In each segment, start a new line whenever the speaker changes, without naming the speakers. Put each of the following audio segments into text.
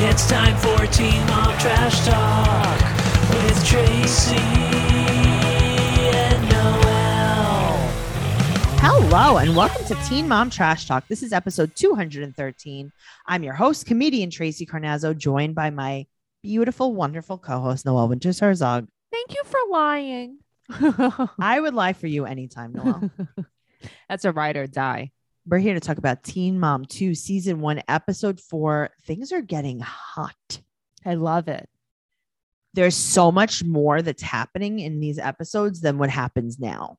It's time for Team Up Trash Talk with Tracy and Noel.
Hello, and welcome to Teen Mom Trash Talk. This is episode 213. I'm your host, comedian Tracy Carnazzo, joined by my beautiful, wonderful co host, Noel Winters Herzog.
Thank you for lying.
I would lie for you anytime, Noel.
That's a ride or die.
We're here to talk about Teen Mom 2, season one, episode four. Things are getting hot.
I love it.
There's so much more that's happening in these episodes than what happens now.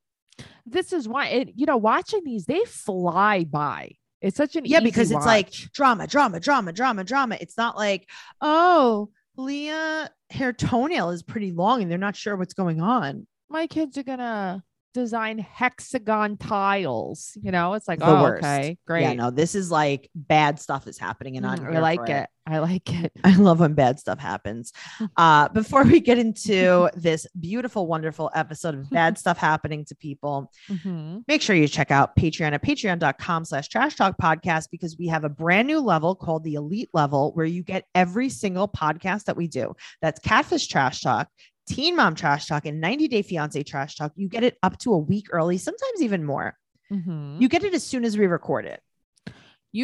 This is why it, you know, watching these, they fly by. It's such an
Yeah,
easy
because it's like
watch.
drama, drama, drama, drama, drama. It's not like, oh, Leah, her toenail is pretty long and they're not sure what's going on.
my kids are gonna design hexagon tiles. You know, it's like
The
oh,
worst.
okay, great.
Yeah, no, this is like bad stuff is happening and I'm
Mm,
here
I like
for
it. Mm-hmm. I like it.
I love when bad stuff happens. Uh, before we get into this beautiful, wonderful episode of bad stuff happening to people,
Mhm.
make sure you check out patreon at patreon.com slash trash talk podcast because we have a brand new level called the elite level where you get every single podcast that we do that's catfish trash talk teen mom trash talk and 90 day fiance trash talk you get it up to a week early sometimes even more
Mhm. You,
you get it as soon as we record it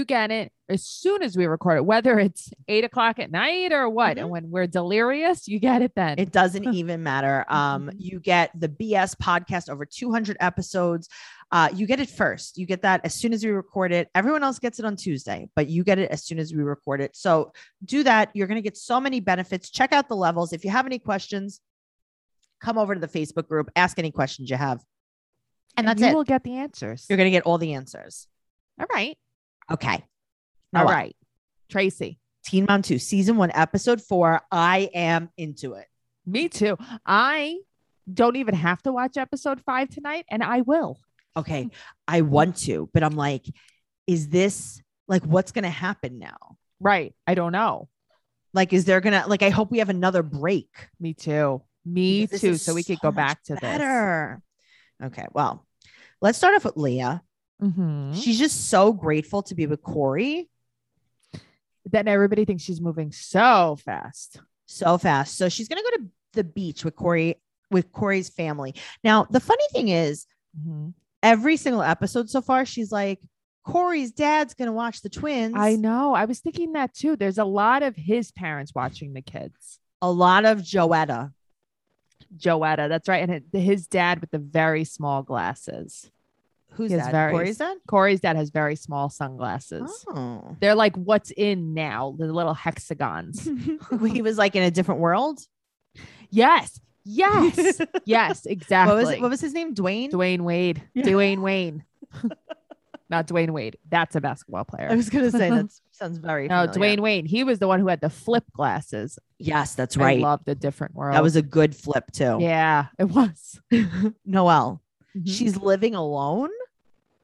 get it as soon as we record it, whether it's eight o'clock at night or what. And when we're delirious, you get it then.
Mm-hmm. it doesn't even matter um,
Mhm.
you get the bs podcast over 200 episodes uh, you get it first you get that as soon as we record it everyone else gets it on tuesday but you get it as soon as we record it so do that you're going to get so many benefits check out the levels if you have any questions come over to the facebook group ask any questions you have and that's
you
it
will get the answers.
you're going to get all the answers
All right.
okay
All
Noah,
right. Tracy.
teen mom 2 season 1 episode 4 i am into it
Me too. I don't even have to watch episode five tonight, and I will.
okay, I want to, but I'm like, is this like what's going to happen now?
Right. I don't know.
Like, is there going to, like, I hope we have another break.
Me too. Me
because this
too.
is
So we could
so
go
much
back to
Better. Okay. Well, let's start off with Leah.
this. Mhm.
She's just so grateful to be with Corey
Then everybody thinks she's moving so fast.
so fast. So she's going to go to the beach with Corey, with Corey's family. Now, the funny thing is,
Mhm.
every single episode so far, she's like, Corey's dad's going to watch the twins.
I know. I was thinking that too. There's a lot of his parents watching the kids.
A lot of Joetta.
Joetta, that's right. And it- his dad with the very small glasses.
Who's
He has
that?
very-
Corey's dad?
Corey's dad has very small sunglasses.
Oh.
They're like what's in now, the little hexagons.
he was like in a different world.
yes. Yes. yes. Exactly.
What was it? What was his name? Dwayne.
Dwayne Wade.
Yeah.
Dwayne Wayne. Not Dwayne Wade. That's a basketball
I
player.
was gonna say that sounds very.
No,
familiar.
Oh, Dwayne Wayne. He was the one who had the flip glasses.
Yes, that's
I
right.
loved a different world.
That was a good flip too.
yeah, Mm-hmm. it was.
Noelle,
She
she's living alone.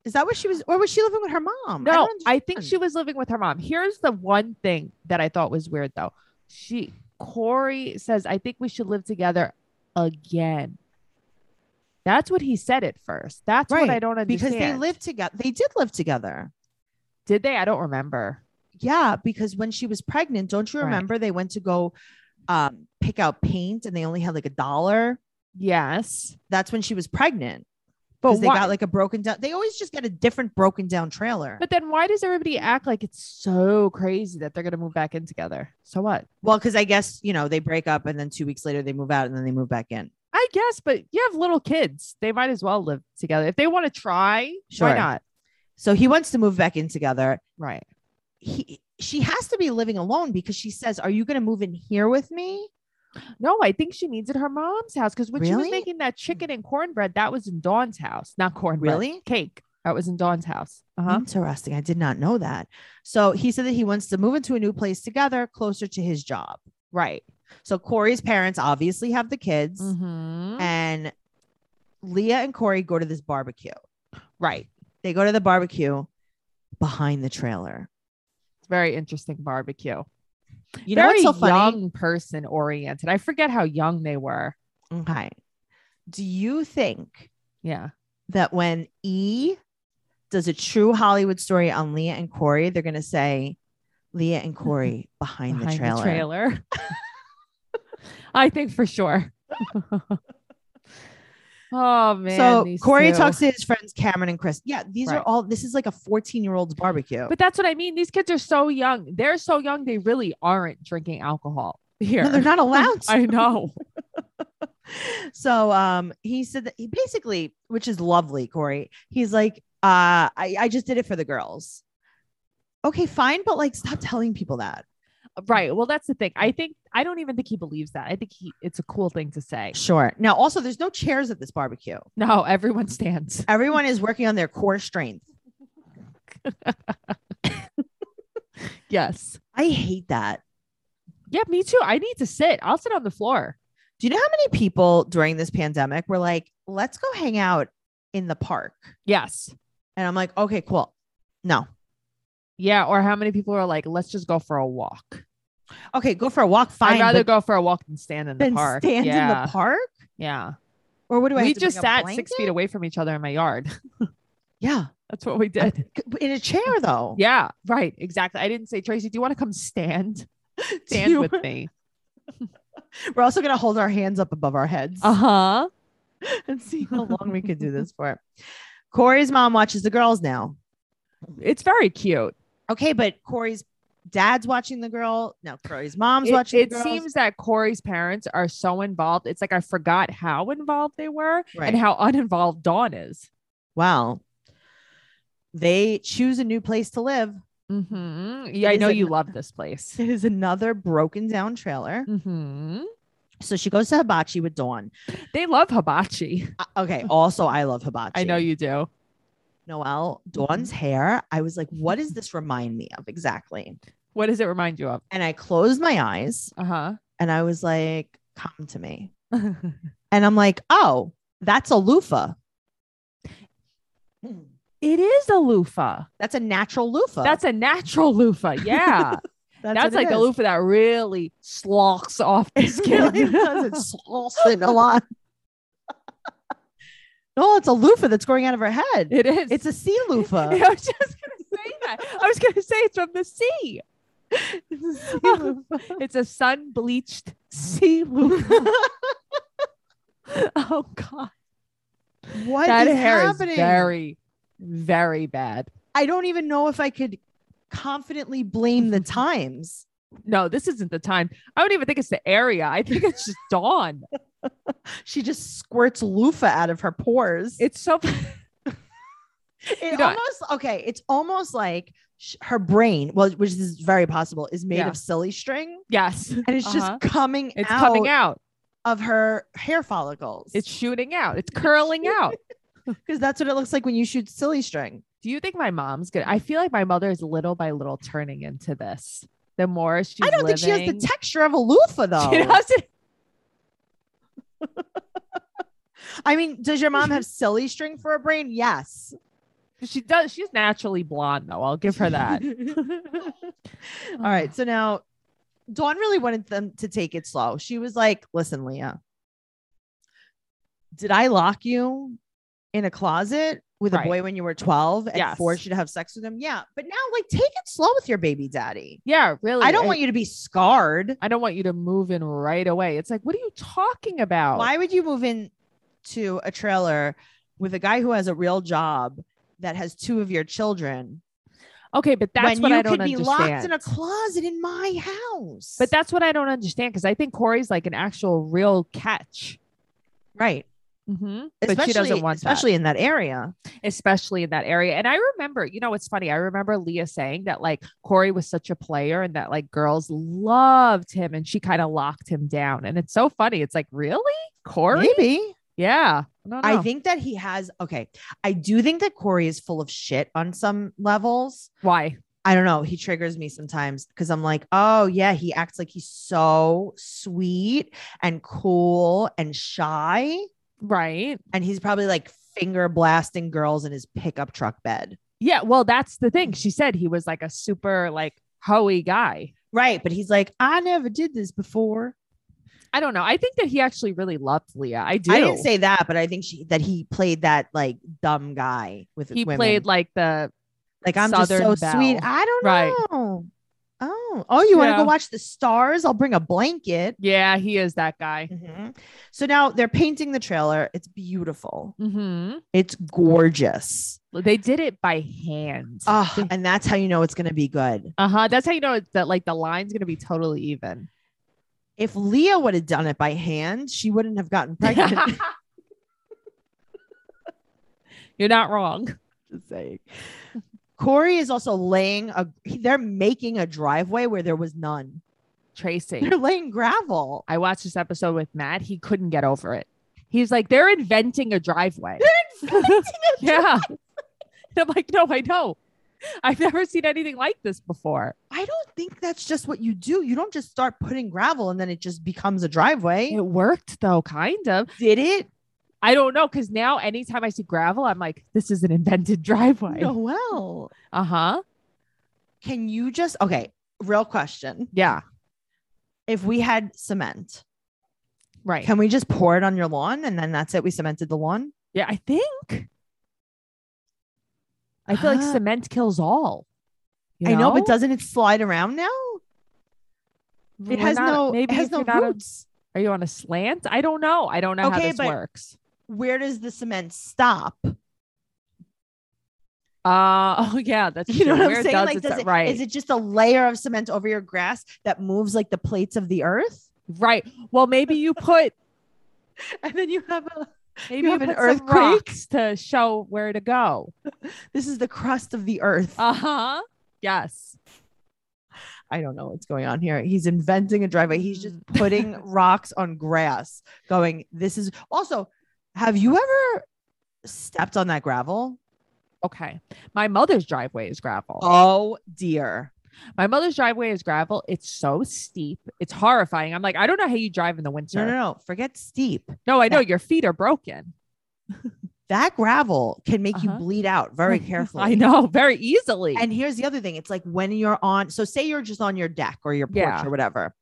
Is that what she was, or was she living with her mom?
no,
don't
I think
understand.
she was living with her mom. Here's the one thing that I thought was weird though. She Corey says, I think we should live together again. That's what he said at first. That's what I
Right,
don't
because
understand.
they lived together. They did live together.
Did they? I don't remember.
Yeah, because when she was pregnant, don't you
Right.
remember they went to go um, pick out paint and they only had like a dollar.
Yes.
That's when she was pregnant.
But
because they
why?
got like a broken down. They always just get a different broken down trailer.
But then why does everybody act like it's so crazy that they're going to move back in together? So what?
well, because I guess you know they break up and then two weeks later they move out and then they move back in.
I guess, but you have little kids. They might as well live together. If they want to try,
Sure.
why not?
So he wants to move back in together.
Right.
He she has to be living alone because she says, "Are you going to move in here with me?"
No, I think she needs it at her mom's house because when she was
Really?
making that chicken and cornbread, that was in Dawn's house, not cornbread.
Really? Uh-huh.
Cake. That was in Dawn's house. Uh huh.
Interesting. I did not know that. So he said that he wants to move into a new place together, closer to his job.
Right.
So Corey's parents obviously have the kids,
Mm-hmm.
and Leah and Corey go to this barbecue.
Right.
They go to the barbecue behind the trailer.
It's very interesting barbecue.
You know what's so funny?
Young person oriented. I forget how young they were.
Okay. Do you think
Yeah.
that when E does a true Hollywood story on Leah and Corey, they're going to say, Leah and Corey behind, the, trailer.
Mm-hmm. trailer. I think for sure. oh man.
So
these
Corey
two.
talks to his friends Cameron and Chris. Yeah, these are
Right.
all. This is like a 14 year old's barbecue.
But that's what I mean. These kids are so young. They're so young. They really aren't drinking alcohol here.
No, they're not allowed. to.
I know.
so um, he said that he basically, which is lovely, Corey. He's like, uh, I I just did it for the girls. Okay, fine, but like, stop telling people that.
right. Well, that's the thing. I think I don't even think he believes that. I think he. It's a cool thing to say.
Sure. Now, also, there's no chairs at this barbecue.
No, everyone stands.
Everyone is working on their core strength.
Yes.
I hate that.
Yeah, me too. I need to sit. I'll sit on the floor.
Do you know how many people during this pandemic were like, let's go hang out in the park?
Yes.
And I'm like, okay, cool. No.
Yeah. Or how many people are like, let's just go for a walk.
Okay, go for a walk. Fine.
I'd rather
but
go for a walk than stand in the
then
park.
Stand
yeah.
in the park?
Yeah.
Or what do I
we
have to
just
bring a
sat six
blanket?
feet away from each other in my yard.
Yeah.
That's what we did.
In a chair though.
Yeah. Right. Exactly. I didn't say, Tracy, do you want to come stand? Stand
you-
with me.
We're also gonna hold our hands up above our heads
Uh
Uh-huh.
huh.
and see how long we could do this for. Corey's mom watches the girls now.
It's very cute.
Okay, but Corey's dad's watching the girl. No, Corey's mom's
it
watching
it
the girls.
seems that Corey's parents are so involved. It's like I forgot how involved they were
Right.
and how uninvolved Dawn is.
Wow. They choose a new place to live.
hmm Yeah,
It Mm-hmm.
I
is
know
an-
you love this place.
It is another broken down trailer.
hmm
So she goes to Hibachi with Dawn.
They love hibachi.
Uh, Okay. Also, I love Hibachi.
I know you Mm-hmm. do.
Noelle, Dawn's hair. I was like, what does this remind me of exactly?
What does it remind you of?
And I closed my eyes
Uh
and I was like, come to me.
huh.
And I'm like, oh, that's a loofah.
Hmm. it is a loofah.
That's a natural loofah.
That's a natural loofah. Yeah.
that's,
That's,
what it
like a
is.
loofah that really slocks off the
It really
skin.
does. It's sloshing a lot. No, it's a loofah that's growing out of her head.
it is.
It's a sea loofah.
I was just gonna say that. I was gonna say it's from the sea. it's a sun bleached sea loofah. oh god,
What is
that hair
happening?
is very, very bad.
I don't even know if I could confidently blame the
Mm-hmm.
times.
No, this isn't the time. I don't even think it's the area. I think it's just dawn.
She just squirts loofah out of her pores.
It's so
it
know-
almost okay. It's almost like sh- her brain, well, which is very possible, is made
Yeah.
of silly string,
yes,
and it's
Uh-huh.
just coming.
it's
out
coming out.
of her hair follicles.
It's shooting out. It's curling out.
because that's what it looks like when you shoot silly string.
Do you think my mom's good? I feel like my mother is little by little turning into this. The more she's
I don't think she has
living-
the texture of a loofah though.
She doesn't.
I mean, does your mom have silly string for a brain? Yes.
She does. She's naturally blonde, though. I'll give her that.
All right. So now Dawn really wanted them to take it slow. She was like, listen, Leah, did I lock you in a closet with
Right.
a boy when you were 12 and
Yes.
force you to have sex with him? Yeah. But now, like, take it slow with your baby daddy.
Yeah, really.
I don't want you to be scarred.
I don't want you to move in right away. It's like, what are you talking about?
Why would you move in to a trailer with a guy who has a real job that has two of your children
Okay, but that's
when
what
you
I don't
could be locked in
understand.
a closet in my house?
But that's what I don't understand because I think Corey's like an actual real catch.
right.
Mm-hmm. But she doesn't
Especially-
want that.
especially in that area.
especially in that area. And I remember, you know, it's funny. I remember Leah saying that like Corey was such a player and that like girls loved him and she kind of locked him down. And it's so funny. It's like, really? Corey?
Maybe. Oh.
Yeah. No, no.
I think that he has okay. I do think that Corey is full of shit on some levels.
Why?
I don't know. He triggers me sometimes because I'm like, oh yeah, he acts like he's so sweet and cool and shy.
Right.
And he's probably like finger blasting girls in his pickup truck bed.
Yeah. Well, that's the thing. She said he was like a super like hoey guy.
Right. But he's like, I never did this before.
I don't know. I think that he actually really loved Leah. I do.
I didn't say that, but I think she that he played that like dumb guy with
he
women.
played like the
Like I'm
Southern
just so
Belle.
sweet. I don't
Right.
know. I Oh, oh, you want to
Yeah.
go watch the stars? I'll bring a blanket.
Yeah, he is that guy.
Mhm. So now they're painting the trailer. It's beautiful.
hmm
It's gorgeous.
They did it by hand.
Ah, and that's how you know it's going to be good.
Uh huh. That's how you know it- that like the line's gonna be totally even.
If Leah would have done it by hand, she wouldn't have gotten pregnant.
You're not wrong.
Just saying. Corey is also laying a. They're making a driveway where there was none.
Tracy.
They're laying gravel.
I watched this episode with Matt. He couldn't get over it. He's like, they're inventing a driveway. yeah. And I'm like, no, I know. I've never seen anything like this before.
I don't think that's just what you do. You don't just start putting gravel and then it just becomes a driveway.
It worked though, kind of.
Did it?
I don't know because now anytime I see gravel, I'm like, this is an invented driveway.
Noel.
Uh huh.
Can you just okay? Real question.
Yeah.
If we had cement,
Right.
can we just pour it on your lawn and then that's it? We cemented the lawn.
yeah, I think. I feel like
Huh.
cement kills all. you
Ah. I know, but doesn't it slide around now?
We're
It has
not-
no.
Maybe
it has
if
no
you're not a-
roots.
are you on a slant? I don't know. I don't know how
Okay,
this
but-
works.
Where does the cement stop?
Uh oh yeah, that's
You know
true.
what
Where
I'm saying?
does
like,
it
does
start?
it,
right,
is it just a layer of cement over your grass that moves like the plates of the earth?
right. Well, maybe you put
And then you have a.
maybe you,
have an
put some
earthquake?
rocks to show where to go.
This is the crust of the earth.
Uh huh. Yes.
I don't know what's going on here. He's inventing a driveway. He's just
Mm.
putting rocks on grass, going, This is also, have you ever stepped on that gravel?
Okay. My mother's driveway is gravel.
Oh dear.
My mother's driveway is gravel. It's so steep. It's horrifying. I'm like, I don't know how you drive in the winter.
No, no, no. Forget steep.
No, I know your feet are broken.
That gravel can make you
Uh-huh.
bleed out very carefully.
I know very easily.
And here's the other thing it's like when you're on, so say you're just on your deck or your porch
Yeah.
or whatever,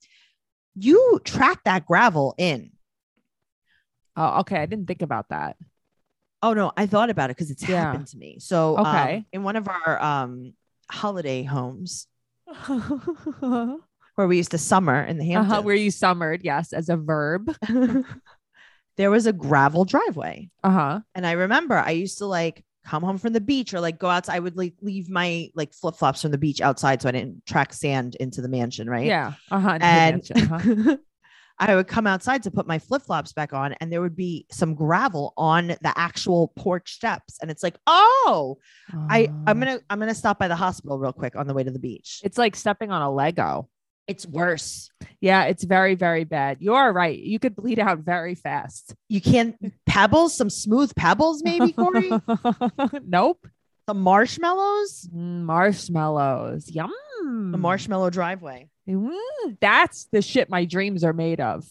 you track that gravel in.
oh, okay. I didn't think about that.
Oh no, I thought about it because it's
Yeah.
happened to me. So um,
Okay.
in one of our um holiday homes where we used to summer in the Hamptons,
uh-huh, where you summered, yes, as a verb.
there was a gravel driveway.
Uh huh.
And I remember I used to like come home from the beach or like go outside. I would like leave my like flip flops from the beach outside so I didn't track sand into the mansion, right?
Yeah. Uh huh.
And I would come outside to put my flip flops back on, and there would be some gravel on the actual porch steps. And it's like, oh,
uh-huh.
I
Oh.
I'm gonna I'm gonna stop by the hospital real quick on the way to the beach.
Uh, It's like stepping on a Lego.
It's worse.
Yeah, it's very, very bad. You are right. You could bleed out very fast.
You can't pebbles, some smooth pebbles, maybe Corey,
nope.
some marshmallows,
Mm, Marshmallows. Yum.
a
Hmm.
marshmallow driveway.
Mm, that's the shit my dreams are made of.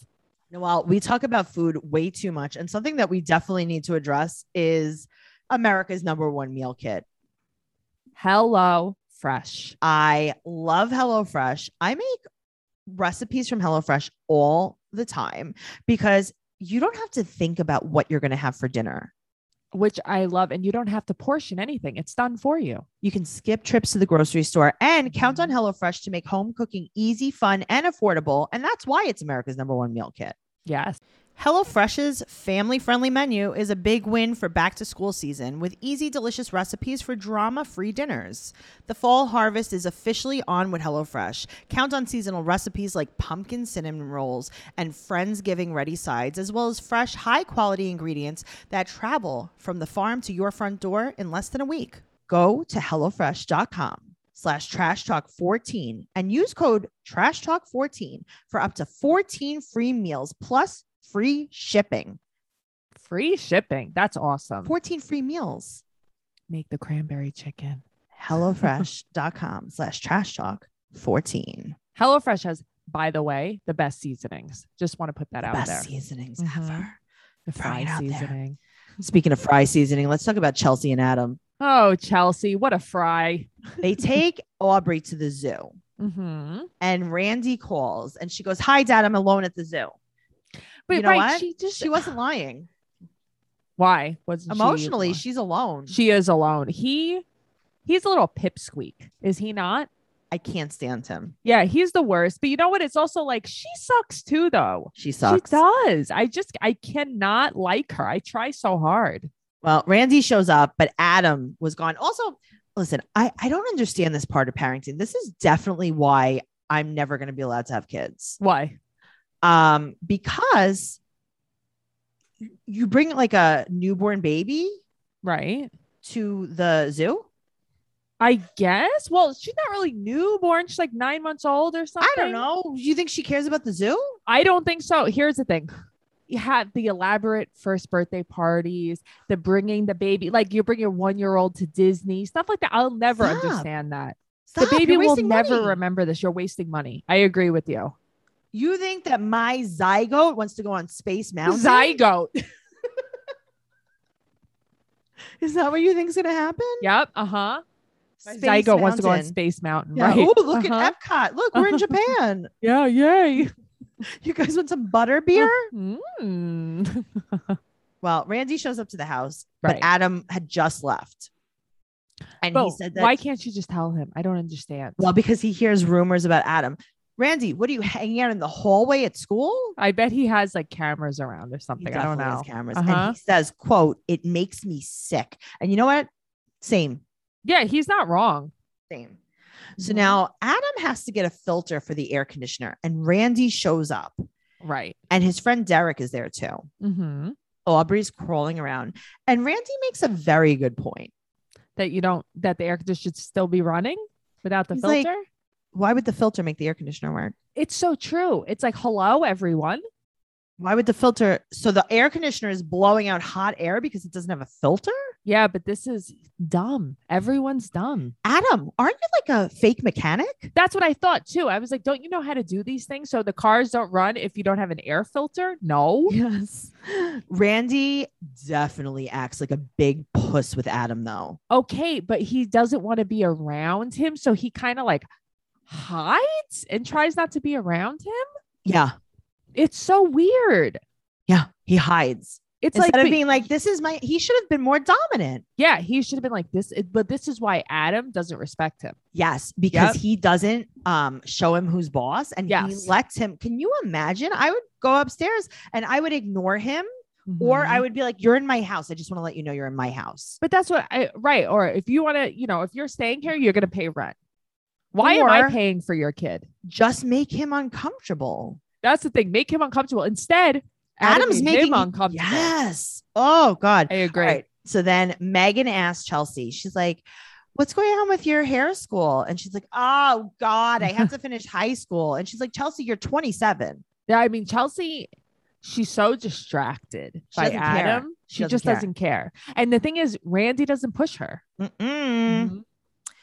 Noel, we talk about food way too much, and something that we definitely need to address is America's number one meal kit.
Hello, fresh.
I love HelloFresh. I make recipes from HelloFresh all the time because you don't have to think about what you're going to have for dinner.
Which I love, and you don't have to portion anything. It's done for you.
You can skip trips to the grocery store and count on
Mhm.
HelloFresh to make home cooking easy, fun, and affordable. And that's why it's America's number one meal kit.
Yes.
HelloFresh's family friendly menu is a big win for back to school season with easy, delicious recipes for drama free dinners. The fall harvest is officially on with HelloFresh. Count on seasonal recipes like pumpkin cinnamon rolls and Friendsgiving ready sides, as well as fresh, high quality ingredients that travel from the farm to your front door in less than a week. Go to HelloFresh.com slash trash talk 14 and use code trash talk 14 for up to 14 free meals plus free shipping.
Free shipping. That's awesome.
14 free meals.
Make the cranberry chicken.
HelloFresh.com slash trash talk 14.
HelloFresh has, by the way, the best seasonings. Just want to put that out
Best
there.
seasonings
Mhm.
ever.
The
Throw it
fry
out there.
seasoning.
Speaking of fry seasoning, let's talk about Chelsea and Adam.
Oh, Chelsea, what a fry.
They take Aubrey to the zoo
Mm-hmm.
and Randy calls and she goes, Hi, Dad, I'm alone at the zoo.
But
You know
right,
what?
she just
She wasn't lying.
why wasn't she
Emotionally,
lying?
she's alone.
she is alone. He he's a little pipsqueak, is he not?
I can't stand him.
Yeah, he's the worst. But you know what? It's also like she sucks too, though.
She sucks.
She does. I just I cannot like her. I try so hard.
Well, Randy shows up, but Adam was gone. Also, listen, I, I don't understand this part of parenting. This is definitely why I'm never going to be allowed to have kids.
Why?
Um, because you bring like a newborn baby
Right.
to the zoo.
I guess. Well, she's not really newborn. She's like nine months old or something.
I don't know. You think she cares about the zoo?
I don't think so. Here's the thing. You have the elaborate first birthday parties, the bringing the baby, like you bring your one year old to Disney, stuff like that. I'll never
Stop.
understand that.
Stop,
the
you're
baby will
wasting
never
money.
remember this. You're wasting money. I agree with you.
You think that my zygote wants to go on Space Mountain?
Zygote.
Is that what you think's going to happen?
Yep. Uh huh.
Space
Zygote wants to go on
Mountain.
Space Mountain.
Yeah.
Right.
Oh, look
Uh-huh.
at Epcot. Look, we're in Japan.
Yeah. Yay.
You guys want some butter beer?
Mm.
Well, Randy shows up to the house,
Right.
but Adam had just left. And
But
he said that
why can't you just tell him? I don't understand.
well, because he hears rumors about Adam. Randy, what are you hanging out in the hallway at school?
I bet he has like cameras around or
He
something. I don't
definitely
know.
has cameras.
Uh-huh.
And he says, quote, it makes me sick. And you know what? Same,
Yeah, he's not wrong.
same. So now Adam has to get a filter for the air conditioner. And Randy shows up
Right.
and his friend Derek is there too.
hmm
Aubrey's crawling around. And Randy makes a very good point.
That you don't that the air conditioner should still be running without the
He's like-
filter.
Why would the filter make the air conditioner work?
it's so true. It's like hello everyone.
Why would the filter? So the air conditioner is blowing out hot air because it doesn't have a filter?
Yeah, but this is dumb. Everyone's dumb.
Adam, aren't you like a fake mechanic?
That's what I thought too. I was like, don't you know how to do these things so the cars don't run if you don't have an air filter? No.
Yes. Randy definitely acts like a big puss with Adam, though.
Okay, but he doesn't want to be around him, so he kind of like hides and tries not to be around him.
Yeah.
It's so weird.
Yeah. He hides.
It's
Instead
like
of
be-
being like, this is my, he should have been more dominant.
yeah, he should have been like this, but this is why Adam doesn't respect him.
Yes, because
Yep.
he doesn't um show him who's boss and he
Yes.
lets him. Can you imagine? I would go upstairs and I would ignore him or
Mm-hmm.
I would be like, You're in my house. I just want to let you know you're in my house.
but that's what I right. Or if you want to, you know, if you're staying here, you're gonna pay rent. Why am
Or-
I paying for your kid?
Just make him uncomfortable.
That's the thing. Make him uncomfortable. Instead, Adam
Adam's
made
making
him uncomfortable.
Yes. Oh God.
I agree.
All right. So then Megan asked Chelsea, she's like, What's going on with your hair school? And she's like, Oh God, I have to finish high school. And she's like, Chelsea, you're 27.
Yeah, I mean Chelsea, she's so distracted
She
by
doesn't care.
Adam. She,
doesn't
just
care.
doesn't care. And the thing is, Randy doesn't push her.
Mm-mm.
Mhm.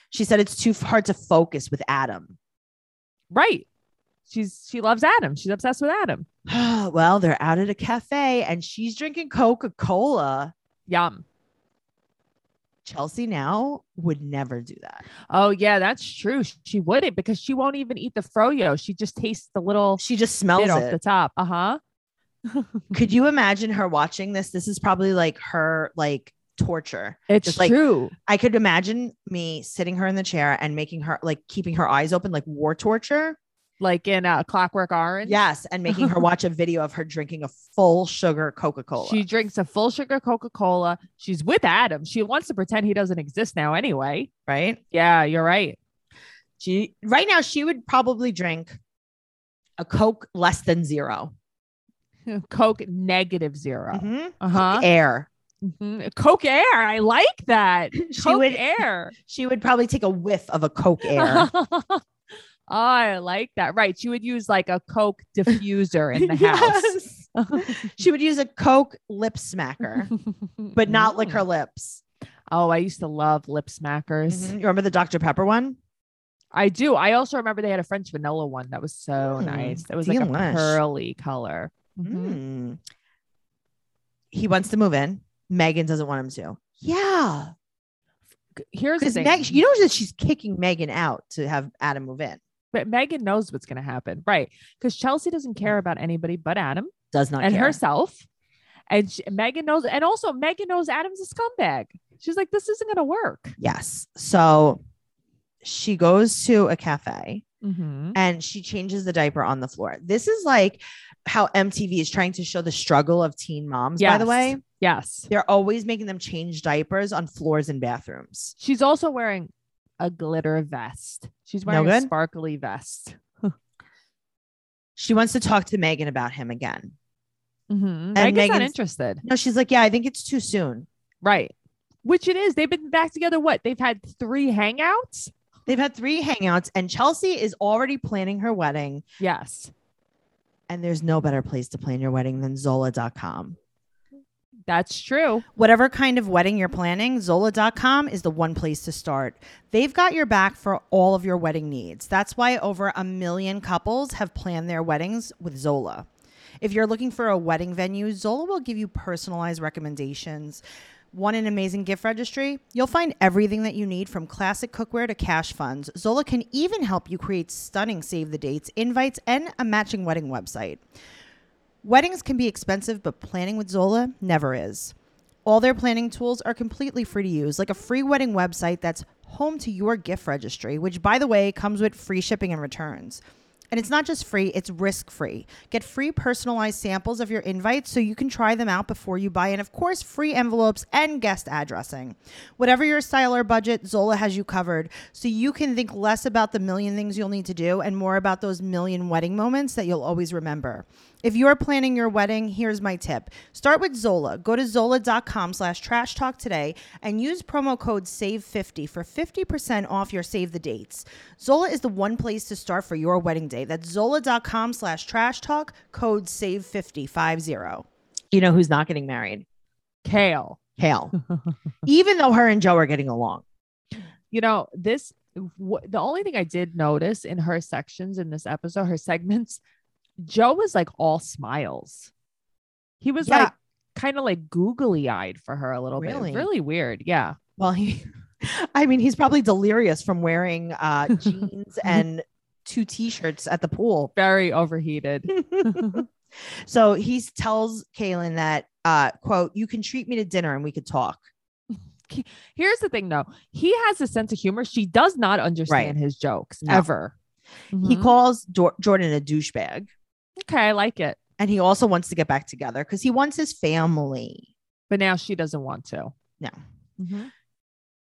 She said it's too hard to focus with Adam.
Right. She's she loves Adam. She's obsessed with Adam.
well, they're out at a cafe and she's drinking Coca Cola.
Yum.
Chelsea now would never do that.
Oh yeah, that's true. Sh- She wouldn't because she won't even eat the froyo. She just tastes the little
She just
bit
smells
off the
it.
top. Uh huh.
Could you imagine her watching this? This is probably like her like torture.
It's
Just like-
true.
I could imagine me sitting her in the chair and making her like keeping her eyes open like war torture.
Like in uh, Clockwork Orange.
Yes, and making her watch a video of her drinking a full sugar Coca Cola.
She drinks a full sugar Coca Cola. She's with Adam. She wants to pretend he doesn't exist now anyway.
right?
Yeah, you're right.
She right now she would probably drink a Coke less than 0
Coke negative 0
Mhm.
Uh huh.
Air.
Coke Air. I like that.
She
Coke
would
Air.
She would probably take a whiff of a Coke air.
oh, I like that. Right. She would use like a Coke diffuser in the house.
Yes. she would use a Coke lip smacker, but not lick her lips.
Mm. Oh, I used to love lip smackers.
Mhm. You remember the Dr. Pepper one?
I do. I also remember they had a French vanilla one that was so
Mm,
nice. It was like
delish.
a pearly color. Mhm.
Mm. He wants to move in. Megan doesn't want him to. Yeah.
Here's the
Because
thing.
Meg, you know that she's kicking Megan out to have Adam move in.
but Megan knows what's going to happen, right? Because Chelsea doesn't care about anybody but Adam
Does not
and
care.
herself. And she, Megan knows, and also Megan knows Adam's a scumbag. She's like, this isn't going to work.
Yes. So she goes to a cafe
Mm-hmm.
and she changes the diaper on the floor. This is like how MTV is trying to show the struggle of teen moms, by the
Yes.
way.
Yes.
They're always making them change diapers on floors and bathrooms.
She's also wearing a glitter vest. She's
No
wearing a
good?
sparkly vest.
She wants to talk to Megan about him again.
Mm-hmm.
And
Megan's not
Megan's-
interested.
No, she's like, Yeah, I think it's too soon.
Right. Which it is. They've been back together. What? They've had three hangouts?
They've had three hangouts, and Chelsea is already planning her wedding.
Yes.
And there's no better place to plan your wedding than Zola.com.
That's true.
Whatever kind of wedding you're planning, Zola.com is the one place to start. They've got your back for all of your wedding needs. That's why over a million couples have planned their weddings with Zola. If you're looking for a wedding venue, Zola will give you personalized recommendations. Want an amazing gift registry? You'll find everything that you need from classic cookware to cash funds. Zola can even help you create stunning save the dates, invites, and a matching wedding website. Weddings can be expensive, but planning with Zola never is. All their planning tools are completely free to use, like a free wedding website that's home to your gift registry, which, by the way, comes with free shipping and returns. And it's not just free, it's risk free. Get free personalized samples of your invites so you can try them out before you buy, and of course, free envelopes and guest addressing. Whatever your style or budget, Zola has you covered so you can think less about the million things you'll need to do and more about those million wedding moments that you'll always remember. If you're planning your wedding, here's my tip. Start with Zola. Go to zola.com slash trash talk today and use promo code SAVE50 for 50% off your save the dates. Zola is the one place to start for your wedding day. That's zola.com slash trash talk, code SAVE50, 50. You know who's not getting married?
Kale.
Hale. Even though her and Joe are getting along.
you know this wh- the only thing i did notice in her sections in this episode her segments joe was like all smiles he was
Yeah.
like kind of like googly eyed for her a little
Really?
bit really weird yeah
Well, he, I mean, he's probably delirious from wearing uh, jeans and two t-shirts at the pool.
very overheated
so he tells Kaylin that, uh, quote, you can treat me to dinner and we could talk.
here's the thing though he has a sense of humor she does not understand his jokes
No. Mm-hmm.
ever
He
Mhm.
calls Dor- Jordan a douchebag
okay i like it
and he also wants to get back together because he wants his family.
but now she doesn't want to
No.
Mhm.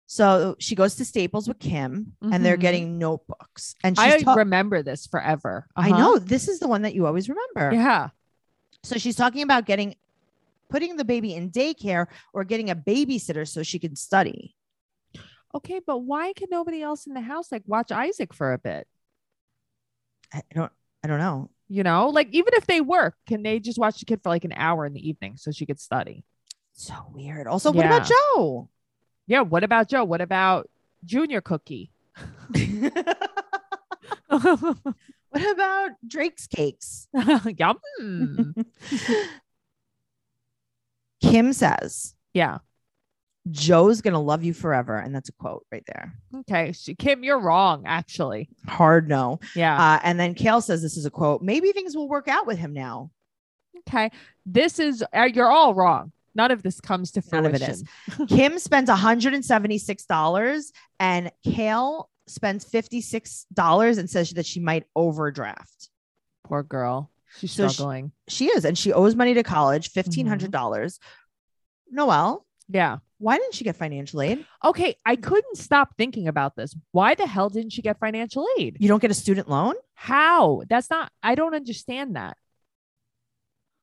So she goes to Staples with Kim and they're
Mhm.
getting notebooks. And
i
she's ta-
remember this forever
I
Uh-huh.
know this is the one that you always remember.
yeah
So she's talking about getting putting the baby in daycare or getting a babysitter so she can study.
okay but why can nobody else in the house like watch isaac for a bit
I I don't I don't know.
you know like even if they work can they just watch the kid for like an hour in the evening so she could study
So weird. Also, what about
Yeah.
Joe?
yeah what about joe what about junior cookie
what about Drake's cakes?
yum
Kim says,
yeah
Joe's gonna love you forever. And that's a quote right there.
okay she, kim you're wrong actually
Hard no.
yeah
Uh, and then Kale says this is a quote. Maybe things will work out with him now.
okay this is uh, you're all wrong none of this comes to fruition
None of it is. Kim spends $176 and Kale spends $56 and says that she might overdraft.
poor girl she's
So she-
struggling
She is, and she owes money to college, $1,500. dollars Noelle,
yeah
why didn't she get financial aid?
okay i couldn't stop thinking about this why the hell didn't she get financial aid
You don't get a student loan?
how that's not i don't understand that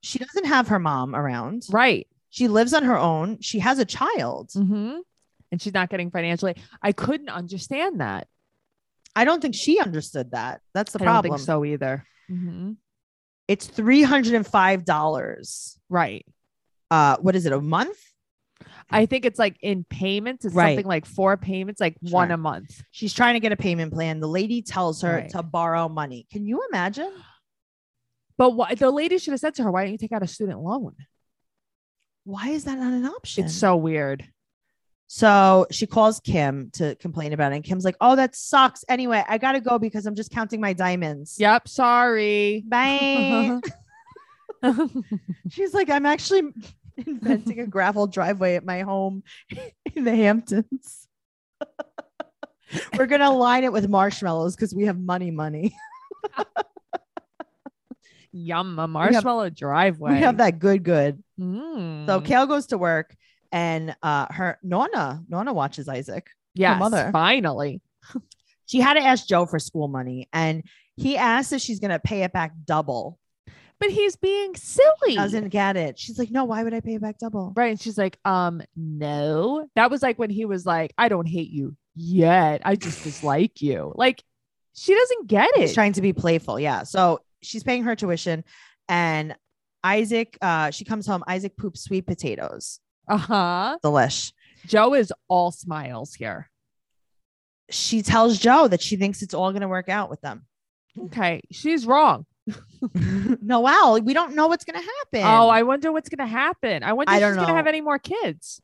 She doesn't have her mom around.
right
She lives on her own. She has a child.
hmm and she's not getting financial aid. I couldn't understand that.
I don't think she understood that. That's the
I
problem.
don't think so either.
Mm-hmm.
Mhm.
It's $305.
Right.
Uh, what is it, a month?
I think it's like in payments. It's
Right.
something like four payments, like one
Sure.
a month.
She's trying to get a payment plan. The lady tells her
Right.
to borrow money. Can you imagine?
But why, the lady should have said to her, "Why don't you take out a student loan?"
Why is that not an option?
It's so weird.
So she calls Kim to complain about it. And Kim's like, oh, that sucks. Anyway, I got to go because I'm just counting my diamonds.
Yep. Sorry.
Bye.
Uh-huh.
She's like, I'm actually inventing a gravel driveway at my home in the Hamptons. We're gonna line it with marshmallows because we have money, money.
Yum, a marshmallow driveway.
We have that good, good.
Mm.
So Kale goes to work, and uh, her Nona Nona watches Isaac.
yes,
mother.
finally.
She had to ask Joe for school money, and he asks if she's gonna pay it back double.
But he's being silly.
Doesn't get it. She's like, no, why would I pay it back double?
Right. And she's like, um, no. That was like when he was like, I don't hate you yet. I just dislike you. Like, she doesn't get
He's
it.
trying to be playful. Yeah. So she's paying her tuition, and Isaac, uh, she comes home. Isaac poops sweet potatoes.
Uh huh.
Delish.
Joe is all smiles here.
She tells Joe that she thinks it's all gonna work out with them.
Okay. She's wrong.
no, wow, we don't know what's gonna happen.
Oh, I wonder what's going to happen. I wonder
I
if
don't
she's going to have
know.
any more kids.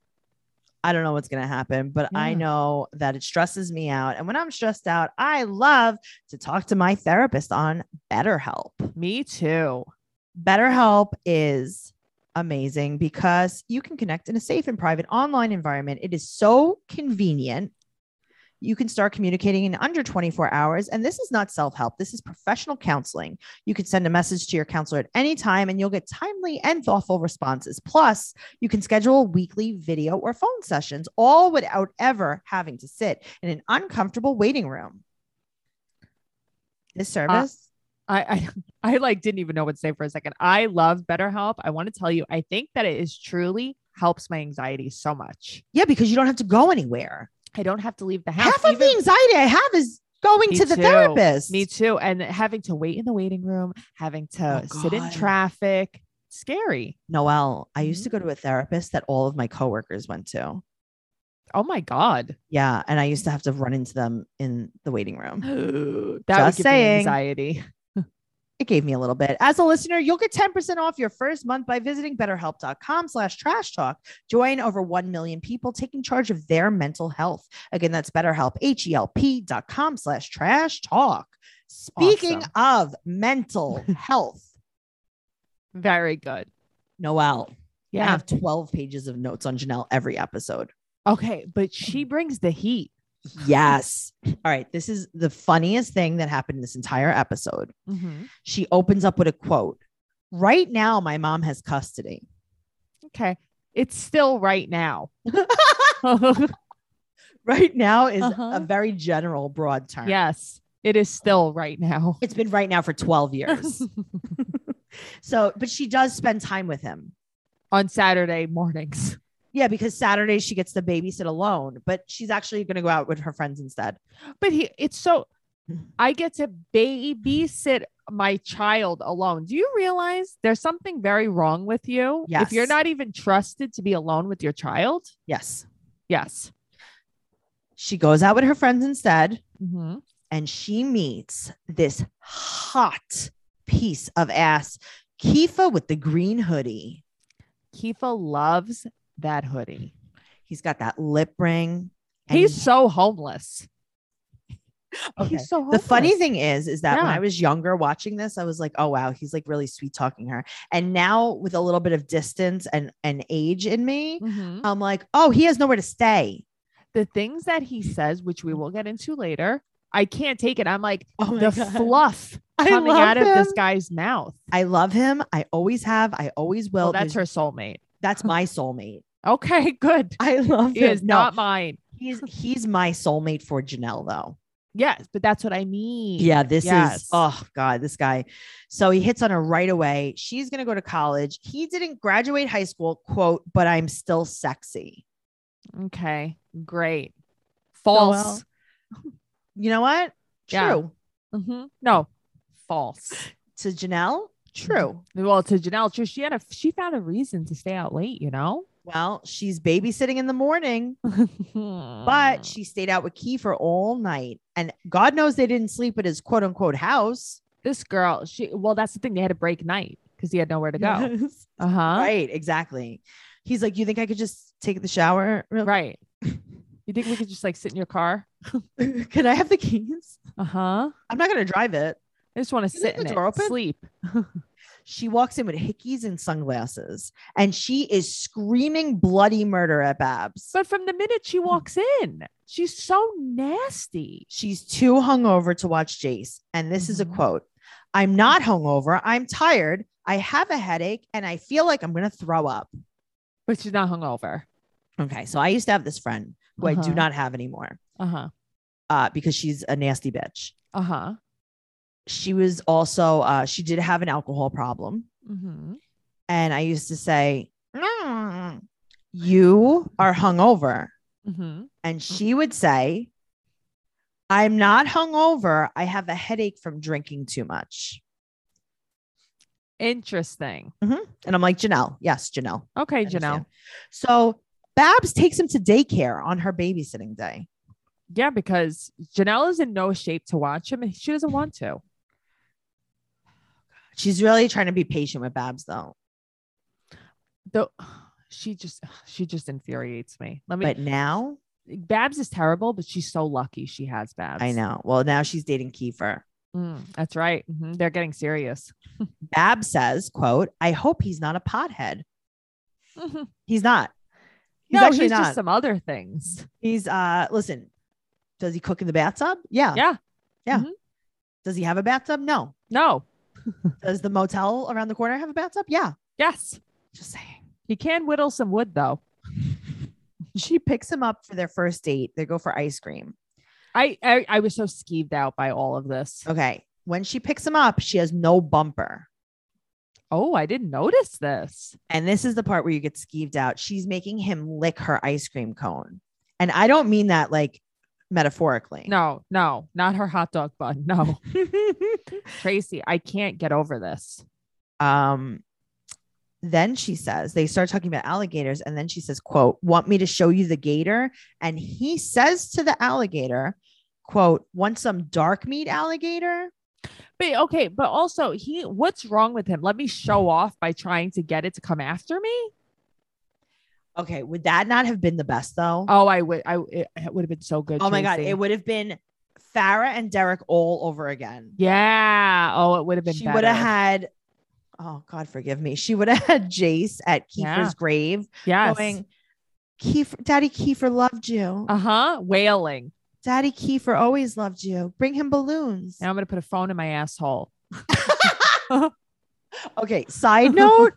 I don't know what's going to happen, but I
Yeah.
know that it stresses me out. And when I'm stressed out, I love to talk to my therapist on BetterHelp.
Me too.
BetterHelp is amazing because you can connect in a safe and private online environment. It is so convenient. You can start communicating in under 24 hours. And this is not self help, this is professional counseling. You can send a message to your counselor at any time and you'll get timely and thoughtful responses. Plus, you can schedule weekly video or phone sessions, all without ever having to sit in an uncomfortable waiting room. This service.
I, I I like didn't even know what to say for a second. I love BetterHelp. I want to tell you, I think that it is truly helps my anxiety so much.
yeah, because you don't have to go anywhere.
I don't have to leave the house.
half of
even-
the anxiety I have is going
Me
to the
too.
therapist.
Me too. And having to wait in the waiting room, having to
Oh,
sit in
God.
traffic, scary.
Noelle, I used
Mhm.
to go to a therapist that all of my coworkers went to.
Oh my God.
Yeah, and I used to have to run into them in the waiting room.
that
Just
would give me
saying.
anxiety.
It gave me a little bit. As a listener, you'll get 10% off your first month by visiting betterhelp.com slash trash talk. Join over 1 million people taking charge of their mental health. Again, that's betterhelp, H-E-L-P dot com slash trash talk. Speaking of mental health,
Very good.
Noelle, I
Yeah.
have 12 pages of notes on Janelle every episode.
Okay. But she brings the heat.
Yes. All right. This is the funniest thing that happened this entire episode. She opens up with a quote Right now, my mom has custody.
Okay. It's still right now.
Right now is
Uh-huh.
a very general, broad term.
yes. It is still right now.
It's been right now for 12 years. so, but she does spend time with him.
On Saturday mornings.
Yeah, because Saturday she gets to babysit alone, but she's actually going to go out with her friends instead.
But he, it's so, I get to babysit my child alone. Do you realize there's something very wrong with you if you're
Yes.
not even trusted to be alone with your child?
Yes.
Yes.
She goes out with her friends instead.
hmm
and she meets this hot piece of ass, Kifa with the green hoodie.
Kifa loves that hoodie.
He's got that lip ring. and
He's so homeless.
Okay.
He's so
the
homeless.
funny thing is, is that when
Yeah.
I was younger watching this, I was like, oh wow, he's like really sweet talking her. And now with a little bit of distance and and age in me,
Mhm.
I'm like, oh, he has nowhere to stay.
the things that he says, which we will get into later, I can't take it. I'm like
Oh
the fluff
I
coming
love
out of this
him.
guy's mouth.
I love him. I always have. I always will.
Well, that's her
There's-
soulmate.
That's my soulmate.
Okay, good.
I love
He
him.
is
no,
not mine.
he's he's my soulmate for Janelle though.
Yes, but that's what I mean.
Yeah, this
Yes.
is oh god, this guy. So he hits on her right away. She's gonna go to college. He didn't graduate high school, quote, but I'm still sexy.
Okay, great.
Oh,
False.
You know what? True.
Yeah.
Mm-hmm.
hmm No, false.
To Janelle, true.
Well, to Janelle, true. She had a she found a reason to stay out late, you know.
Well, she's babysitting in the morning, but
but
she stayed out with Kiefer all night. And God knows they didn't sleep at his quote unquote house.
this girl, she well, that's the thing. They had a break night because he had nowhere to go.
Yes.
Uh huh. Right.
Right, exactly. He's like, You think I could just take the shower? real-
You think we could just like sit in your car?
Can I have the keys?
Uh huh.
I'm not gonna drive it.
I just want to
leave
sit
the
in it,
door open?
sleep.
She walks in with hickeys and sunglasses, and she is screaming bloody murder at Babs.
But from the minute
Hmm.
she walks in, she's so nasty.
She's too hungover to watch Jace. And this is a
Mhm.
quote I'm not hungover. I'm tired. I have a headache and I feel like I'm going to throw up.
But she's not hungover.
Okay. So I used to have this friend who I do
Uh-huh.
not have anymore
Uh huh.
uh, because she's a nasty bitch.
Uh huh.
She was also, uh, she did have an alcohol problem.
Mm-hmm.
And I used to say, "Mm, You are hungover.
Mm-hmm.
And she would say, I'm not hungover. I have a headache from drinking too much.
Interesting.
And I'm like, Janelle, yes, Janelle.
Okay,
understand."
Janelle.
So Babs takes him to daycare on her babysitting day.
Yeah, because Janelle is in no shape to watch him and she doesn't want to.
She's really trying to be patient with Babs, though.
Though she just she just infuriates me. Let me
But now
Babs is terrible, but she's so lucky she has Babs.
I know. Well, now she's dating Kiefer.
Mm, that's right. Mhm. They're getting serious.
Babs says, quote, I hope he's not a pothead.
Mhm.
He's not. He's
no,
actually
he's
not.
just some other things.
he's uh listen, does he cook in the bathtub? Yeah.
Yeah. Mm-hmm.
Does he have a bathtub? No.
No.
Does the motel around the corner have a bathtub? Yeah.
Yes.
Just saying.
He can whittle some wood though.
She picks him up for their first date. They go for ice cream.
I, I I was so skeeved out by all of this.
Okay. When she picks him up, she has no bumper.
Oh, I didn't notice this.
And this is the part where you get skeeved out. She's making him lick her ice cream cone. And I don't mean that like metaphorically.
No, no, not her hot dog bun. No. Tracy, I can't get over this.
um then she says they start talking about alligators and then she says quote want me to show you the gator and he says to the alligator quote want some dark meat alligator
But okay, but also he what's wrong with him? Let me show off by trying to get it to come after me.
okay would that not have been the best though
Oh, I would I it, it would have been so good.
oh my god
Tracy.
it would have been farah and derek all over again
Yeah. Oh, it would have been
she would
better.
have had oh god forgive me she would have had jace at kiefer's
Yeah.
grave
yes.
going kiefer daddy kiefer loved you
uh-huh. Wailing.
daddy kiefer always loved you bring him balloons
Now I'm gonna put a phone in my asshole.
Okay, side note,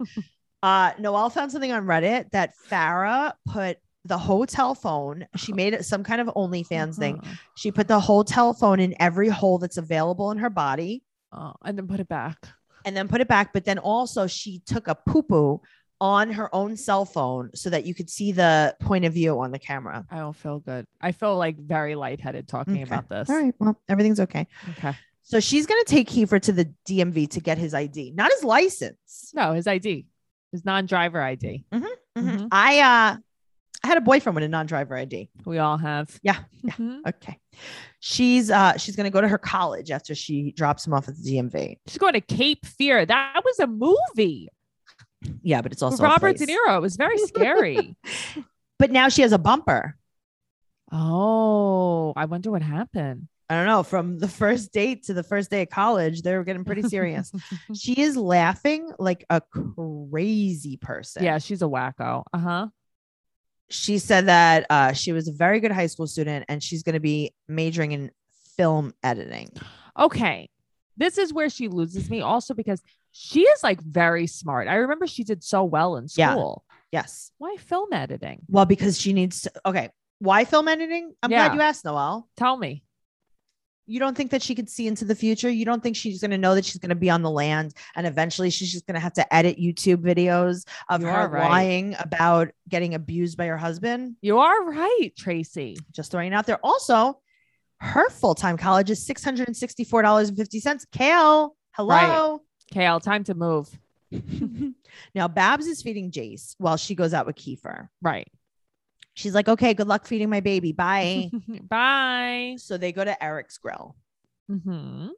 uh Noelle found something on Reddit that Farah put the hotel phone.
Oh.
She made it some kind of OnlyFans thing.
Uh-huh.
She put the hotel phone in every hole that's available in her body
Oh, and then put it back.
and then put it back. But then also she took a poo poo on her own cell phone so that you could see the point of view on the camera.
I don't feel good. I feel like very lightheaded talking
Okay.
about this.
All right, well, everything's okay.
Okay.
So she's gonna take Kiefer to the DMV to get his ID, not his license.
No, his ID, his non-driver ID.
Mhm.
Mhm.
I uh I had a boyfriend with a non-driver ID.
We all have.
Yeah, yeah.
Mhm.
Okay. She's uh she's gonna go to her college after she drops him off at the DMV.
She's going to Cape Fear. That was a movie.
Yeah, but it's
with
also a
Robert De
place.
Niro. It was very scary.
But now she has a bumper.
oh, I wonder what happened.
I don't know. From the first date to the first day of college, they're getting pretty serious. she is laughing like a crazy person.
Yeah, she's a wacko. Uh huh.
She said that uh, she was a very good high school student and she's going to be majoring in film editing.
Okay. This is where she loses me also because she is like very smart. I remember she did so well in
Yeah.
school.
Yes.
Why film editing?
Well, because she needs to. Okay. Why film editing? I'm
Yeah.
glad you asked, Noelle.
Tell me.
you don't think that she could see into the future you don't think she's going to know that she's going to be on the land and eventually she's just going to have to edit youtube videos of
You
her
are right.
lying about getting abused by her husband
You are right, Tracy.
just throwing it out there also her full-time college is $664.50 kale hello
Kale, time to move.
now babs is feeding jace while she goes out with kiefer
Right.
she's like okay good luck feeding my baby bye
Bye.
so they go to eric's grill
hmm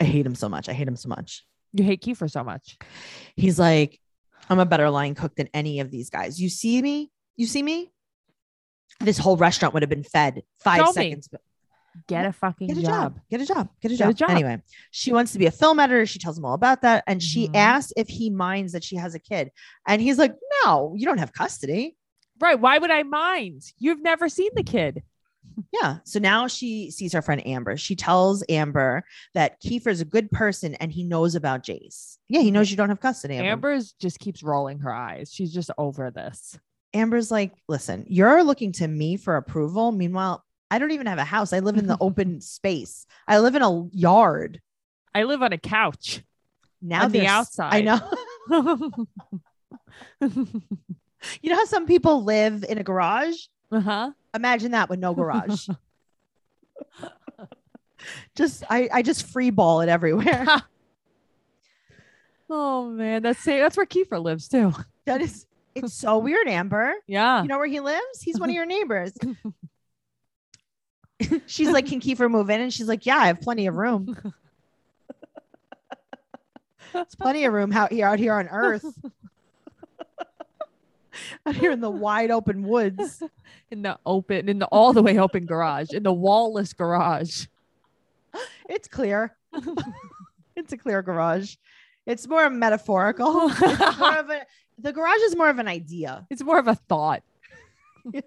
i hate him so much i hate him so much
You hate Kiefer so much.
he's like, I'm a better line cook than any of these guys. You see me? You see me? This whole restaurant would have been fed five
Show me.
seconds.
Get a fucking
Get a
job.
job. Get a job. Get a
Get
job.
a job.
Anyway, she wants to be a film editor. She tells him all about that. And she
Mhm.
asks if he minds that she has a kid. And he's like, no, you don't have custody.
Right. Why would I mind? You've never seen the kid.
Yeah. So now she sees her friend Amber. She tells Amber that Kiefer's a good person and he knows about Jace. Yeah,
Mm-hmm.
he knows you don't have custody. of him.
Amber's just keeps rolling her eyes. She's just over this.
Amber's like, listen, you're looking to me for approval. Meanwhile, I don't even have a house. I live in the open space. I live in a yard.
I live on a couch.
Now
On the
they're s- I
outside.
know.
uh
You know how some people live in a garage?
huh.
Imagine that with no garage. just I, I just free ball it everywhere.
Oh man, that's sa- that's where Kiefer lives too.
That is it's so weird, Amber.
Yeah.
You know where he lives? He's one of your neighbors. she's like, Can Kiefer move in? And she's like, Yeah, I have plenty of room. It's plenty of room out here out here on Earth. out here in the wide open woods.
in the open, in the all the way open garage, in the wall-less garage.
It's clear. it's a clear garage. It's more metaphorical. It's more of a, the garage is more of an idea.
It's more of a thought.
yes.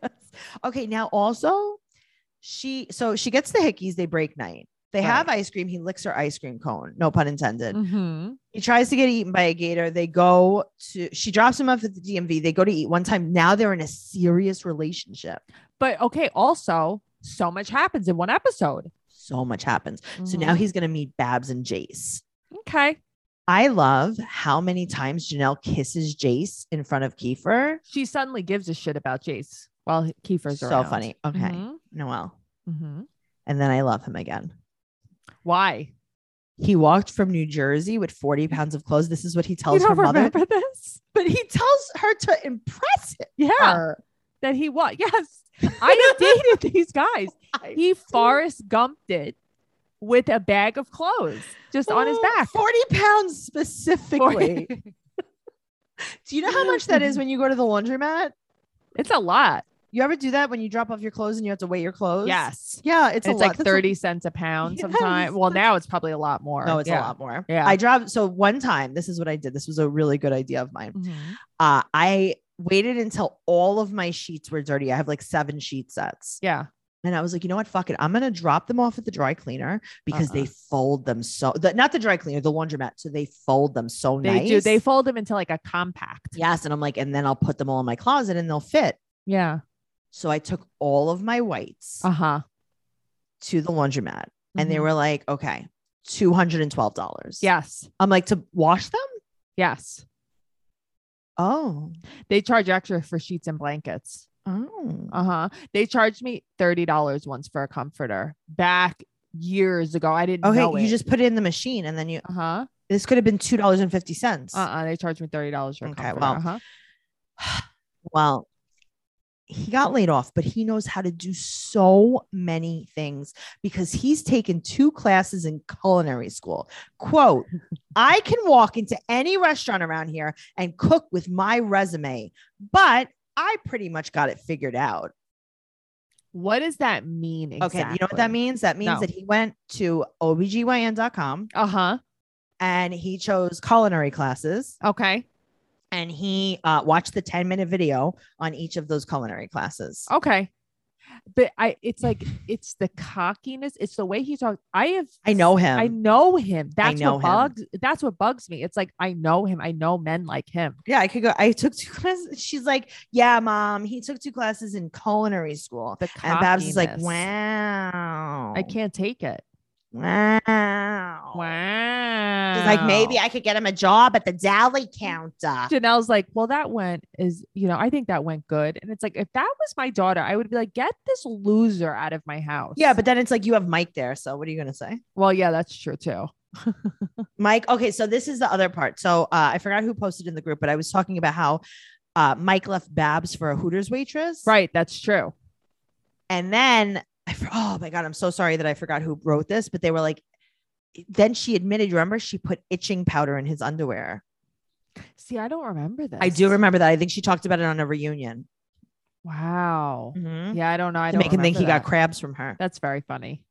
Okay. Now, also, she so she gets the hickeys. They break night. They
Right.
have ice cream. He licks her ice cream cone. No pun intended.
Mm-hmm.
He tries to get eaten by a gator. They go to. She drops him off at the DMV. They go to eat one time. Now they're in a serious relationship.
But okay, also so much happens in one episode.
So much happens. So now
Mhm.
he's gonna meet Babs and Jace.
okay.
I love how many times Janelle kisses Jace in front of Kiefer.
She suddenly gives a shit about Jace while Kiefer's
so
around.
funny. Okay,
Mhm.
Noel.
Mhm.
And then I love him again.
Why?
He walked from New Jersey with 40 pounds of clothes. This is what he tells
you
her
don't
mother.
remember this?
But he tells her to impress
Yeah,
her.
that he was. Yes, I have dated these guys.
I-
He Forrest Gumped it with a bag of clothes just on his
Oh,
back.
40 pounds specifically. do you know how much that is when you go to the laundromat?
It's a lot.
You ever do that when you drop off your clothes and you have to weigh your clothes?
Yes.
Yeah, it's
It's,
a lot.
like
That's a-
30 cents a pound
Yes,
sometimes. Well,
that's-
now it's probably a lot more.
No, it's
Yeah.
a lot more.
Yeah.
I dropped. So one time, this is what I did. This was a really good idea of mine.
Mhm.
Uh, I waited until all of my sheets were dirty. I have like seven sheet sets.
Yeah.
And I was like, you know what? Fuck it. I'm going to drop them off at the dry cleaner because
Uh-uh.
they fold them so, the, not the dry cleaner, the laundromat. So they fold them so
They
nice.
do. They fold them into like a compact.
Yes. And I'm like, and then I'll put them all in my closet and they'll fit.
Yeah.
So I took all of my whites
Uh huh.
to the laundromat and
Mm-hmm.
they were like, okay, $212.
Yes.
I'm like, to wash them?
Yes.
Oh,
They charge extra for sheets and blankets.
oh.
Uh huh. They charged me $30 once for a comforter back years ago. I didn't
Okay.
know.
Oh, you just put it in the machine and then you,
Uh huh.
this could have been $2.50.
Uh uh They charged me $30 for a
Okay,
comforter.
well,
uh-huh.
Well, he got laid off, but he knows how to do so many things because he's taken two classes in culinary school. Quote, I can walk into any restaurant around here and cook with my resume, but I pretty much got it figured out.
What does that mean exactly?
Okay. You know what that means? That means
No.
that he went to obgyn.com
Uh huh.
and he chose culinary classes
Okay.
and he uh, watched the 10 minute video on each of those culinary classes.
Okay. But I it's like it's the cockiness, it's the way he talks. I have
I know him.
I know him. That's
know him.
what bugs that's what bugs me. It's like I know him. I know men like him.
Yeah, I could go. I took two classes. She's like, Yeah, mom, he took two classes in culinary school.
The
And Babs is like,
cockiness.
Wow.
I can't take it.
Wow.
Wow.
She's like, Maybe I could get him a job at the deli counter.
Janelle's like, well, that went is, you know, I think that went good. And it's like, if that was my daughter, I would be like, get this loser out of my house.
Yeah, but then it's like you have Mike there. So what are you going to say?
well, yeah, that's true too.
Mike. Okay, so this is the other part. So uh, I forgot who posted in the group, but I was talking about how uh, Mike left Babs for a Hooters waitress.
Right. That's true.
And then I, for- oh my God, I'm so sorry that I forgot who wrote this, but they were like, then she admitted, remember, she put itching powder in his underwear.
See, I don't remember this.
I do remember that. I think she talked about it on a reunion
Wow.
Mhm.
Yeah, I don't know.
to
I Mm-hmm. don't
Mm-hmm. make him think
remember
he
that.
got crabs from her.
That's very funny.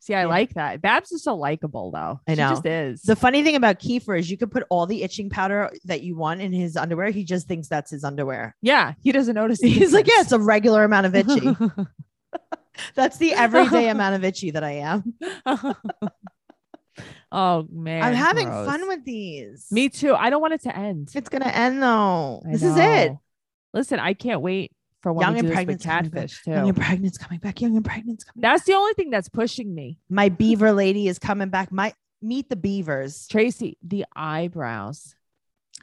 See, I
Yeah.
like that. Babs is so likable though.
I
She
know.
just is.
The funny thing about Kiefer is you could put all the itching powder that you want in his underwear. He just thinks that's his underwear.
yeah, he doesn't notice. the
He's like, yeah,
difference.
it's a regular amount of itchy. That's the everyday amount of itchy that I am.
oh man.
I'm having
gross.
fun with these.
Me too. I don't want it to end.
It's gonna end though.
I
this is it.
know. Listen, I can't wait for when
Young
we
and
do this with
pregnant's coming back.
catfish
Young
too.
and pregnant's coming back. Young and pregnant's coming.
That's the only thing that's pushing me.
My beaver lady is coming back. My meet the beavers.
Tracy, the eyebrows.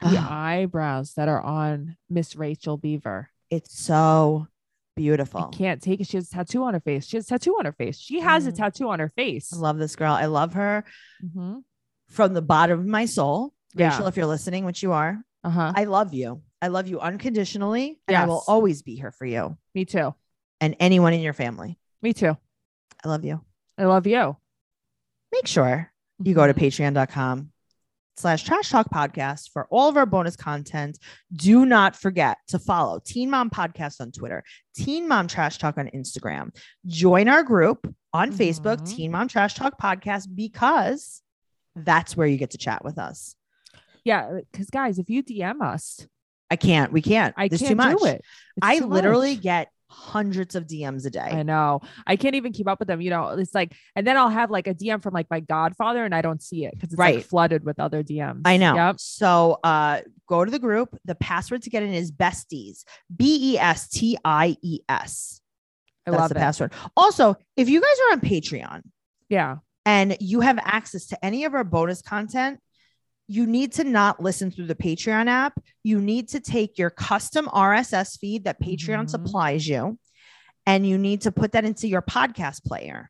The
Ugh,
eyebrows that are on Miss Rachel Beaver.
it's so beautiful.
I can't take it. She has a tattoo on her face. She has a tattoo on her face. She has a
Mhm.
tattoo on her face.
I love this girl. I love her
Mhm.
from the bottom of my soul.
Yeah.
Rachel, if you're listening, which you are,
Uh huh.
I love you. I love you unconditionally, and I will
Yes.
always be here for you
Me too.
and anyone in your family.
Me too.
I love you.
I love you.
Make sure you go to
Mhm.
patreon.com slash trash talk podcast for all of our bonus content do not forget to follow teen mom podcast on twitter teen mom trash talk on instagram join our group on facebook
Mhm.
teen mom trash talk podcast because that's where you get to chat with us
Yeah, because guys, if you DM us,
i can't we can't
I
There's
can't
too much
do it. It's
i
too
literally
much.
get hundreds of dms a day
I know. I can't even keep up with them. You know, it's like, and then I'll have like a DM from like my godfather and I don't see it because it's
Right.
like flooded with other DMs.
I know.
Yep.
So uh, go to the group. The password to get in is besties. B E S T I E S.
I
That's
love
the
it.
password. Also, if you guys are on Patreon
Yeah.
and you have access to any of our bonus content, you need to not listen through the Patreon app. You need to take your custom RSS feed that Patreon
Mhm.
supplies you, and you need to put that into your podcast player.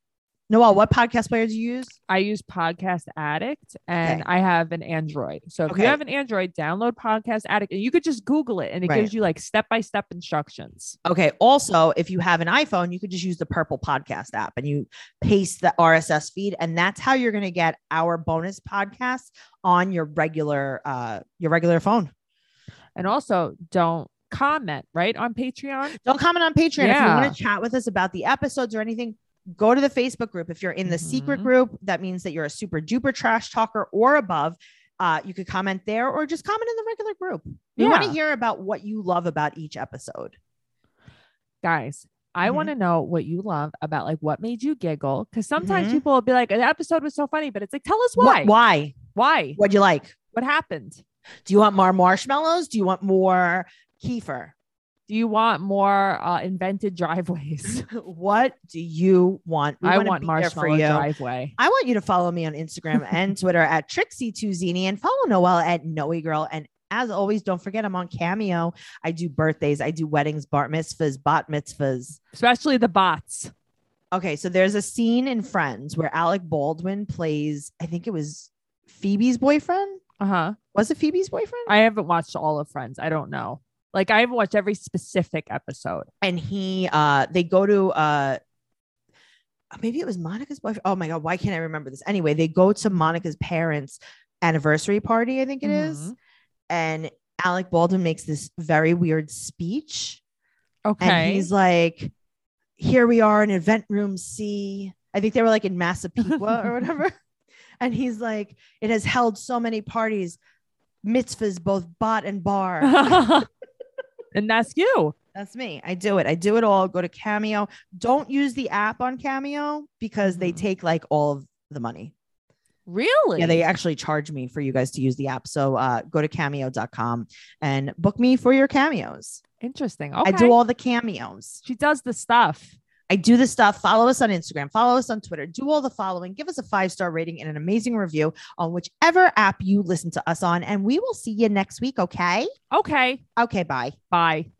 Noel, what podcast player do you use?
I use Podcast Addict and
Okay.
I have an Android. So if
Okay.
you have an Android, download Podcast Addict and you could just Google it and it
Right.
gives you like step by step instructions.
Okay. Also, if you have an iPhone, you could just use the Purple Podcast app and you paste the RSS feed, and that's how you're going to get our bonus podcasts on your regular uh, your regular phone.
And also don't comment, right? On Patreon.
Don't comment on Patreon if you
Yeah.
want to chat with us about the episodes or anything. Go to the Facebook group. If you're in the secret
Mhm.
group, that means that you're a super duper trash talker or above. Uh, you could comment there or just comment in the regular group. We want to
Yeah.
hear about what you love about each episode.
Guys, I
Mhm.
want to know what you love about like what made you giggle. Cause sometimes
Mhm.
people will be like, an episode was so funny, but it's like, tell us
What-
why.
Why?
Why?
What'd you like?
What happened?
Do you want more marshmallows? Do you want more kefir?
Do you want more uh, invented driveways?
What do you want? We
I
wanna
want
be there
marshmallow driveway.
I want you to follow me on Instagram and Twitter at Trixie2Zini and follow Noelle at Noe Girl. And as always, don't forget I'm on Cameo. I do birthdays, I do weddings, bar mitzvahs, bat mitzvahs.
Especially the bots.
Okay, so there's a scene in Friends where Alec Baldwin plays, I think it was Phoebe's boyfriend.
Uh-huh.
Was it Phoebe's boyfriend?
I haven't watched all of Friends. I don't know. Like I haven't watched every specific episode.
and he uh they go to uh maybe it was Monica's boyfriend. Oh my god, why can't I remember this? Anyway, they go to Monica's parents' anniversary party, I think it is,
Mhm.
and Alec Baldwin makes this very weird speech
Okay.
and he's like here we are in event room C. I think they were like in Massapequa or whatever. And he's like it has held so many parties mitzvahs both bot and bar.
and that's you.
That's me. I do it. I do it all. Go to Cameo. Don't use the app on Cameo because they
Mhm.
take like all of the money.
Really?
Yeah, they actually charge me for you guys to use the app. So uh, go to cameo.com and book me for your cameos.
interesting.
I
Okay.
do all the cameos.
she does the stuff.
I do the stuff. Follow us on Instagram, follow us on Twitter, do all the following. Give us a five star rating and an amazing review on whichever app you listen to us on. And we will see you next week. Okay.
Okay.
Okay. Bye.
Bye.